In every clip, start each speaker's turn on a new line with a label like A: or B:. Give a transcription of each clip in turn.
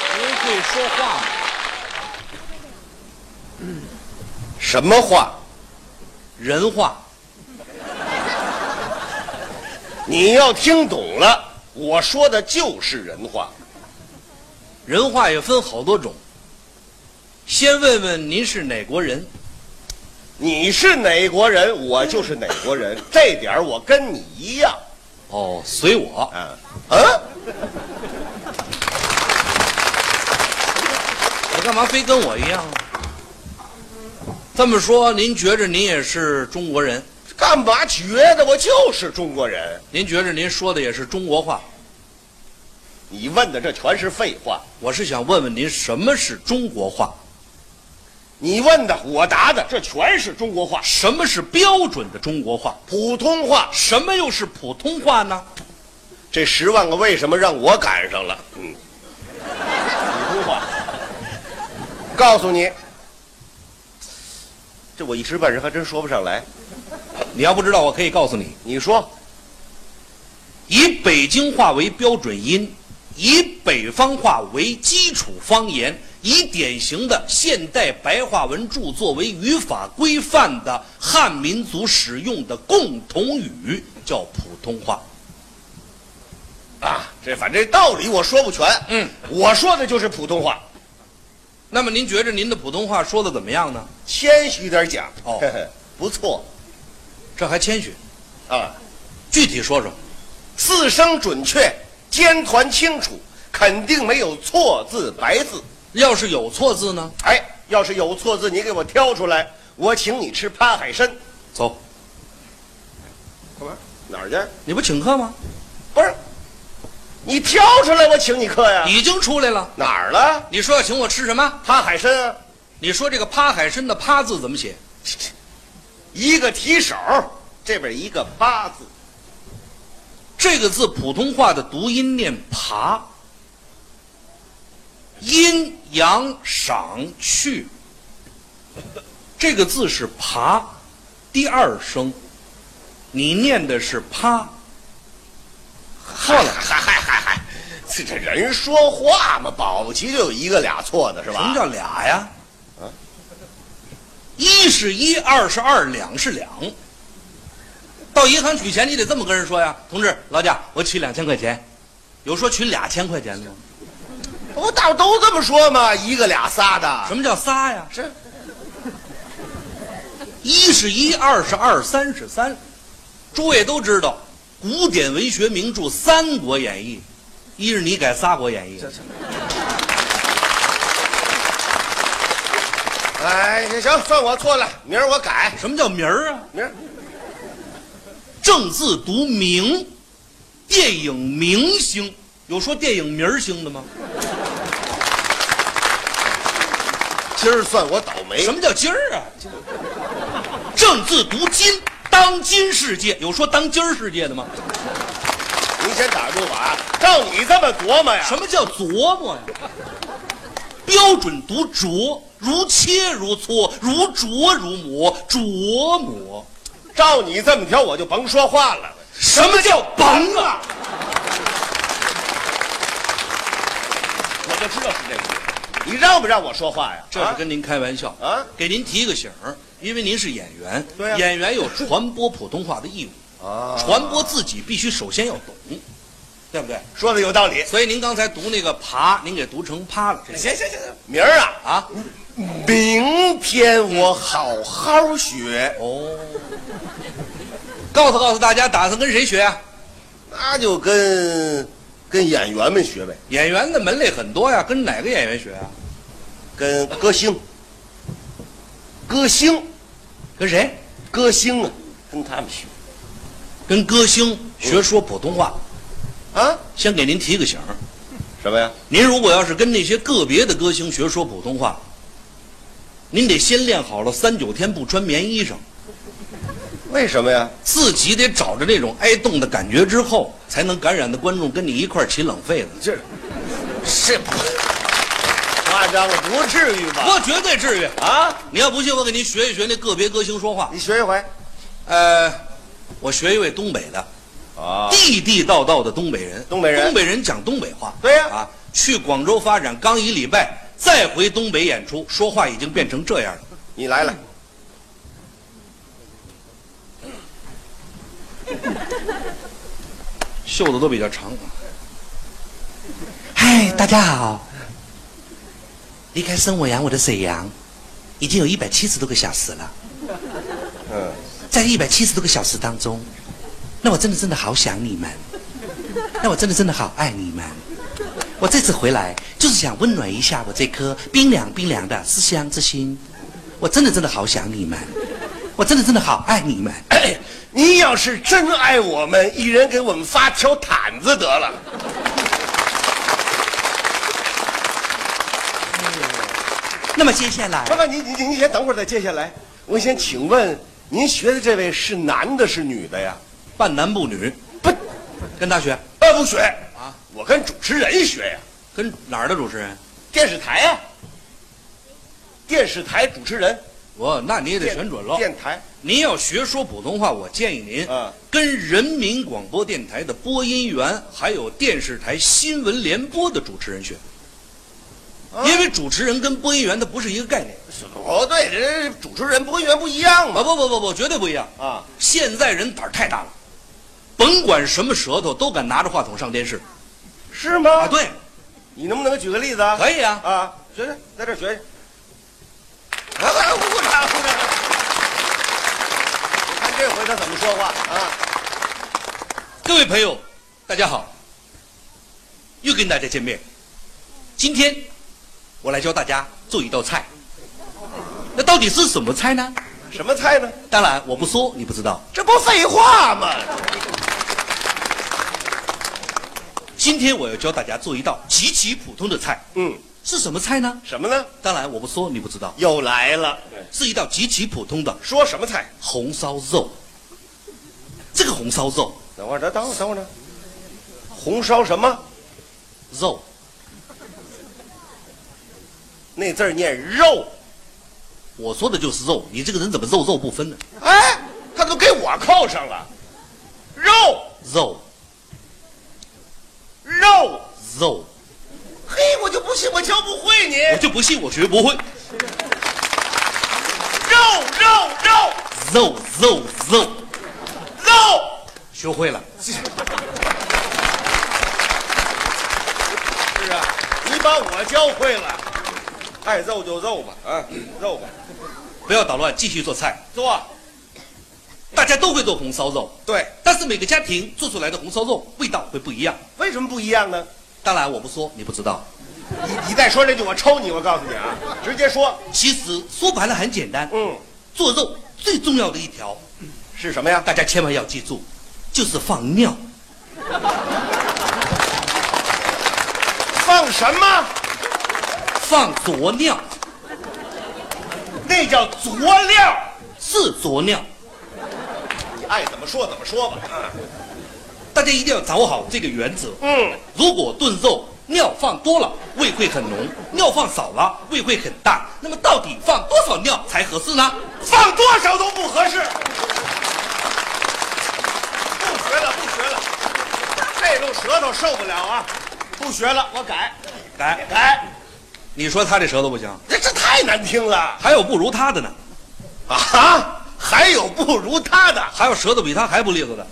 A: 会说话吗？
B: 什么话？
A: 人话，
B: 你要听懂了，我说的就是人话。
A: 人话也分好多种。先问问您是哪国人？
B: 你是哪国人，我就是哪国人，这点儿我跟你一样。
A: 哦，随我。
B: 啊，嗯，
A: 你干嘛非跟我一样啊？这么说，您觉着您也是中国人？
B: 干嘛觉得我就是中国人？
A: 您觉着您说的也是中国话？
B: 你问的这全是废话。
A: 我是想问问您，什么是中国话？
B: 你问的，我答的，这全是中国话，
A: 什么是标准的中国话？
B: 普通话。
A: 什么又是普通话呢？
B: 这十万个为什么让我赶上了。嗯，普通话。告诉你，这我一时半时还真说不上来。
A: 你要不知道，我可以告诉你，
B: 你说
A: 以北京话为标准音，以北方话为基础方言，以典型的现代白话文著作为语法规范的汉民族使用的共同语，叫普通话。
B: 啊，这反正道理我说不全。
A: 嗯，
B: 我说的就是普通话，
A: 那么您觉着您的普通话说的怎么样呢？
B: 谦虚点讲。
A: 哦
B: 不错
A: 这还谦虚，
B: 啊，
A: 具体说说。
B: 四声准确，尖团清楚，肯定没有错字白字。
A: 要是有错字呢？
B: 哎，要是有错字，你给我挑出来，我请你吃趴海参。
A: 走，
B: 干嘛？哪儿去？
A: 你不请客吗？
B: 不是，你挑出来，我请你客呀。
A: 已经出来了。
B: 哪儿了？
A: 你说要请我吃什么？
B: 趴海参啊，
A: 你说这个趴海参的趴字怎么写？
B: 一个提手，这边一个八字，
A: 这个字普通话的读音念爬，阴阳赏去，这个字是爬，第二声，你念的是趴，错了。
B: 嗨嗨嗨嗨，这这人说话嘛，保不齐就有一个俩错的是
A: 什么
B: 吧？啊
A: 叫俩呀？一是一，二是二，两是两。到银行取钱，你得这么跟人说呀，同志，劳驾，我取两千块钱。有说取俩千块钱的吗？
B: 不大伙都这么说嘛，一个俩仨的。
A: 什么叫仨呀？
B: 是
A: 一是一，二是二，三是三。诸位都知道，古典文学名著《三国演义》，一是你改《三国演义》，
B: 哎，行行，算我错了，明儿我改，
A: 什么叫名儿啊？
B: 明儿
A: 正字读明，电影明星有说电影明儿星的吗？
B: 今儿算我倒霉
A: 什。么叫今儿啊？正字读今，当今世界有说当今儿世界的吗？
B: 您先打住吧啊！照你这么琢磨呀，
A: 什么叫琢磨呀？标准读琢，如切如磋，如琢如磨，琢磨。
B: 照你这么挑，我就甭说话了。
A: 什么叫甭啊？
B: 我就知道是这个意思。你让不让我说话呀？
A: 这是
B: 啊
A: 跟您开玩笑
B: 啊
A: 给您提个醒儿，因为您是演员，
B: 对呀
A: 演员有传播普通话的义务，
B: 啊，
A: 传播自己必须首先要懂，对不对？
B: 说的有道理。
A: 所以您刚才读那个爬，您给读成趴了，这
B: 行行行，明儿啊，
A: 啊？
B: 明天我好好学，
A: 哦，告诉告诉大家，打算跟谁学啊？
B: 那就跟跟演员们学呗，
A: 演员的门类很多呀，跟哪个演员学啊？
B: 跟歌星，歌星，
A: 跟谁？
B: 歌星啊，跟他们学
A: 跟歌星学说普通话。
B: 啊？
A: 先给您提个醒儿，
B: 什么呀？
A: 您如果要是跟那些个别的歌星学说普通话，您得先练好了三九天不穿棉衣裳，
B: 为什么呀？
A: 自己得找着那种挨冻的感觉之后，才能感染的观众跟你一块儿起冷痱子。
B: 这是不夸张了，不至于吧？
A: 我绝对治愈！
B: 啊，
A: 你要不信，我给您学一学那个别歌星说话。
B: 你学一回
A: 呃，我学一位东北的，
B: 啊？
A: 地地道道的东北人，
B: 东北人
A: 东北人讲东北话，
B: 对呀
A: 啊，去广州发展刚一礼拜，再回东北演出，说话已经变成这样了。
B: 你 来来，
A: 袖子都比较长。
C: 嗨，哎大家好！离开生我养我的沈阳，已经有一百七十多个小时了。
B: 嗯，
C: 在一百七十多个小时当中，那我真的真的好想你们，那我真的真的好爱你们。我这次回来就是想温暖一下我这颗冰凉冰凉的思乡之心。我真的真的好想你们，我真的真的好爱你们。
B: 哎，您要是真爱我们，一人给我们发条毯子得了。
C: 那么接下来
B: 不，不，您您您您先等会儿再接下来，我先请问您学的这位是男的，是女的呀？
A: 半男不女，
B: 不，
A: 跟大学
B: 呃，不学
A: 啊，
B: 我跟主持人学呀，
A: 跟哪儿的主持人？
B: 电视台啊呀，电视台主持人，
A: 我哦那你也得选准喽。
B: 电台
A: 您要学说普通话，我建议您
B: 嗯
A: 跟人民广播电台的播音员，还有电视台新闻联播的主持人学，因为主持人跟播音员他不是一个概念
B: 哦，对，这主持人播音员不一样
A: 啊！
B: 嘛。
A: 不不不不，绝对不一样！
B: 啊，
A: 现在人胆儿太大了，甭管什么舌头都敢拿着话筒上电视
B: 是吗？
A: 啊！，对，
B: 你能不能给举个例子啊？
A: 可以啊！
B: 啊，学学，在这儿学学。啊，鼓掌鼓掌！你看这回他怎么说话啊？
A: 各位朋友，大家好，又跟大家见面。今天我来教大家做一道菜，那到底是什么菜呢？
B: 什么菜呢？
A: 当然我不说你不知道。
B: 这不废话吗？
A: 今天我要教大家做一道极其普通的菜，
B: 嗯，
A: 是什么菜呢？
B: 什么呢？
A: 当然我不说你不知道，
B: 又来了，
A: 是一道极其普通的
B: 说什么菜？
A: 红烧肉。这个红烧肉，
B: 等会儿，等等会儿，等会儿呢。红烧什么？
A: 肉
B: 那字儿念肉。
A: 我说的就是肉，你这个人怎么肉肉不分呢？
B: 哎，他都给我扣上了，肉
A: 肉
B: 肉。
A: 肉，
B: 嘿，我就不信我教不会你。
A: 我就不信我学不会。
B: 肉肉肉
A: 肉肉肉，
B: 肉。
A: 学会了。
B: 是啊，你把我教会了。爱肉就肉吧，啊，肉吧，
A: 不要捣乱，继续做菜。
B: 做
A: 大家都会做红烧肉，
B: 对。
A: 但是每个家庭做出来的红烧肉味道会不一样。
B: 为什么不一样呢？
A: 当然我不说你不知道。
B: 你你再说这句，我抽你！我告诉你啊，直接说，
A: 其实说白了很简单，
B: 嗯，
A: 做肉最重要的一条，
B: 是什么呀？
A: 大家千万要记住，就是放尿。
B: 放什么？
A: 放佐料
B: 那叫佐料。
A: 是佐料，
B: 你爱怎么说怎么说吧。啊
A: 大家一定要掌握好这个原则。
B: 嗯，
A: 如果炖肉尿放多了，味会很浓；尿放少了，味会很大。那么到底放多少尿才合适呢？
B: 放多少都不合适。不学了，不学了，这种舌头受不了啊！不学了，我改
A: 来，
B: 改，
A: 你说他这舌头不行，
B: 这这太难听了
A: 还有不如他的呢，
B: 啊！还有不如他的。
A: 还有舌头比他还不利索的，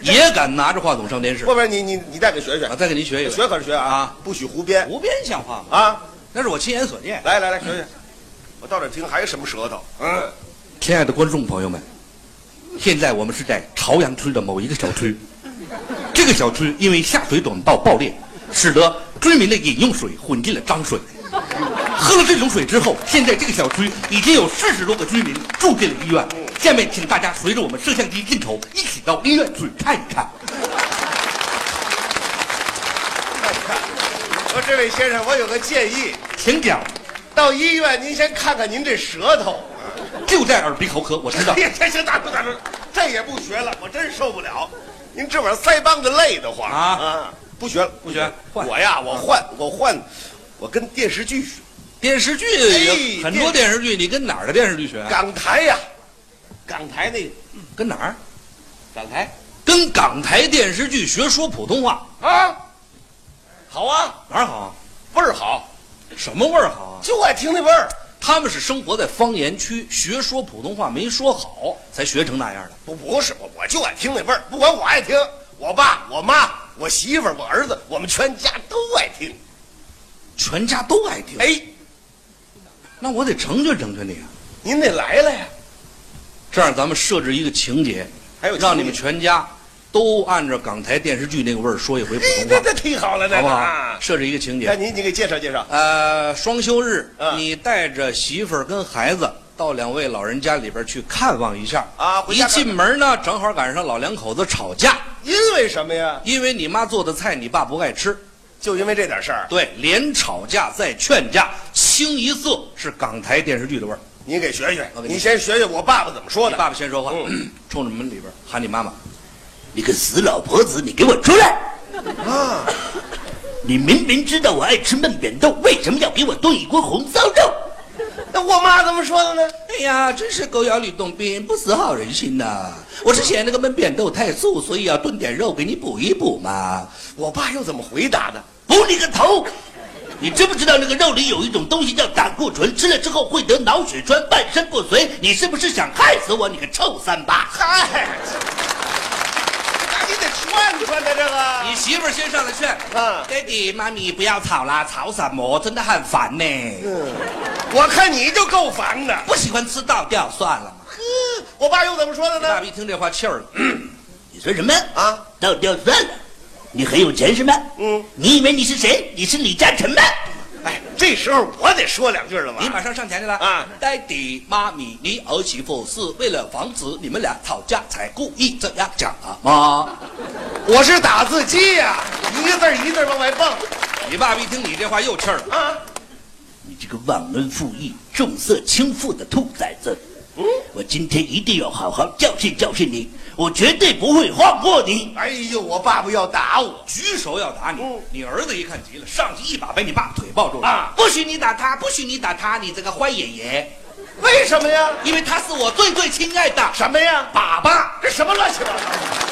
A: 也敢拿着话筒上电视
B: 不。不，你你你再给学学
A: 啊，，再给您学一个，
B: 学可是学啊
A: 啊，
B: 不许胡编
A: 胡编像话吗？
B: 啊！
A: 那是我亲眼所见。
B: 来来来，学学，我到这儿听还有什么舌头？嗯，
A: 亲爱的观众朋友们，现在我们是在朝阳区的某一个小区，这个小区因为下水管道爆裂，使得居民的饮用水混进了脏水。喝了这种水之后，现在这个小区已经有四十多个居民住进了医院。下面请大家随着我们摄像机镜头一起到医院去看一看。
B: 我说这位先生，我有个建议，
A: 请讲，
B: 到医院您先看看您这舌头。
A: 就在耳鼻喉科，我知道
B: 哎。呀，行行，大叔大叔，这也不学了，我真受不了。您这玩意儿腮帮子累得慌
A: 啊
B: 不学了，不学了。
A: 换啊
B: 我呀，我换，我换，我跟电视剧学，
A: 电视剧
B: 哎
A: 很多电视剧，你跟哪儿的电视剧学啊？
B: 港台呀，港台那个
A: 跟哪儿？
B: 港台
A: 跟港台电视剧学说普通话。
B: 啊，好啊，
A: 哪儿好？
B: 味儿
A: 啊
B: 好，
A: 什么味儿好啊？
B: 就爱听那味儿。
A: 他们是生活在方言区，学说普通话没说好，才学成那样的。
B: 不不是我，我就爱听那味儿，不管我爱听，我爸、我妈、我媳妇儿、我儿子，我们全家都爱听。
A: 全家都爱听，
B: 哎，
A: 那我得成全成全你啊！
B: 您得来了呀！
A: 这样咱们设置一个情节，
B: 还有
A: 让你们
B: 去，
A: 全家都按照港台电视剧那个味儿说一回普
B: 哎，
A: 通
B: 这
A: 话，
B: 这忒好了，这
A: 好
B: 个
A: 不
B: 啊
A: 好？设置一个情
B: 那
A: 节，
B: 您，您给介绍介绍。
A: 呃，双休日，
B: 嗯
A: 你带着媳妇儿跟孩子到两位老人家里边去看望一下
B: 啊回
A: 一
B: 家看
A: 进门呢，正好赶上老两口子吵架，
B: 因为什么呀？
A: 因为你妈做的菜你爸不爱吃，
B: 就因为这点事儿，
A: 对，连吵架再劝架，清一色是港台电视剧的味儿。
B: 您给学学
A: 我。给你
B: 您先学学我爸爸怎么说
A: 你
B: 的。嗯
A: 爸爸先说话， 冲着门里边喊你妈妈，
C: 你个死老婆子，你给我出来！
B: 啊，
C: 你明明知道我爱吃焖扁豆，为什么要给我炖一锅红烧肉？
B: 那我妈怎么说的呢？
C: 哎呀，真是狗咬吕洞宾，不识好人心呐、我之前那个焖扁豆太素，所以要炖点肉给你补一补嘛。
B: 我爸又怎么回答的？
C: 补你个头！你知不知道那个肉里有一种东西叫胆固醇，吃了之后会得脑血栓，半身不遂？你是不是想害死我？你个臭三八！
B: 嗨，哎那你得串串他这个。
C: 你媳妇儿先上来劝，
B: 啊
C: 爹地妈咪不要吵啦，吵什么？真的很烦呢。
B: 嗯我看你就够烦的。
C: 不喜欢吃倒掉算了嘛。
B: 呵，我爸又怎么说的
A: 你爸
B: 呢？
A: 爸一听这话气儿了，
C: 嗯你说什么
B: 啊？
C: 倒掉算了？你很有钱是吗？
B: 嗯，
C: 你以为你是谁？你是李嘉诚吗？
B: 哎，这时候我得说两句了吧？
A: 你马上上前去了
B: 啊
A: 爹地妈咪，你儿媳妇是为了防止你们俩吵架才故意这样讲啊妈。
B: 我是打字机呀、一个字儿一个字儿往外蹦
A: 你爸爸一听你这话又气儿了，
B: 啊！
C: 你这个忘恩负义、重色轻父的兔崽子！
B: 嗯
C: 我今天一定要好好教训教训你，我绝对不会放过你。
B: 哎呦，我爸爸要打我，
A: 举手要打你
B: 嗯。
A: 你儿子一看急了，上去一把把你爸腿抱住了
B: 啊！
C: 不许你打他，不许你打他，你这个坏爷爷！
B: 为什么呀？
C: 因为他是我最最亲爱的
B: 什么呀？
C: 爸爸。
B: 这什么乱七八糟的？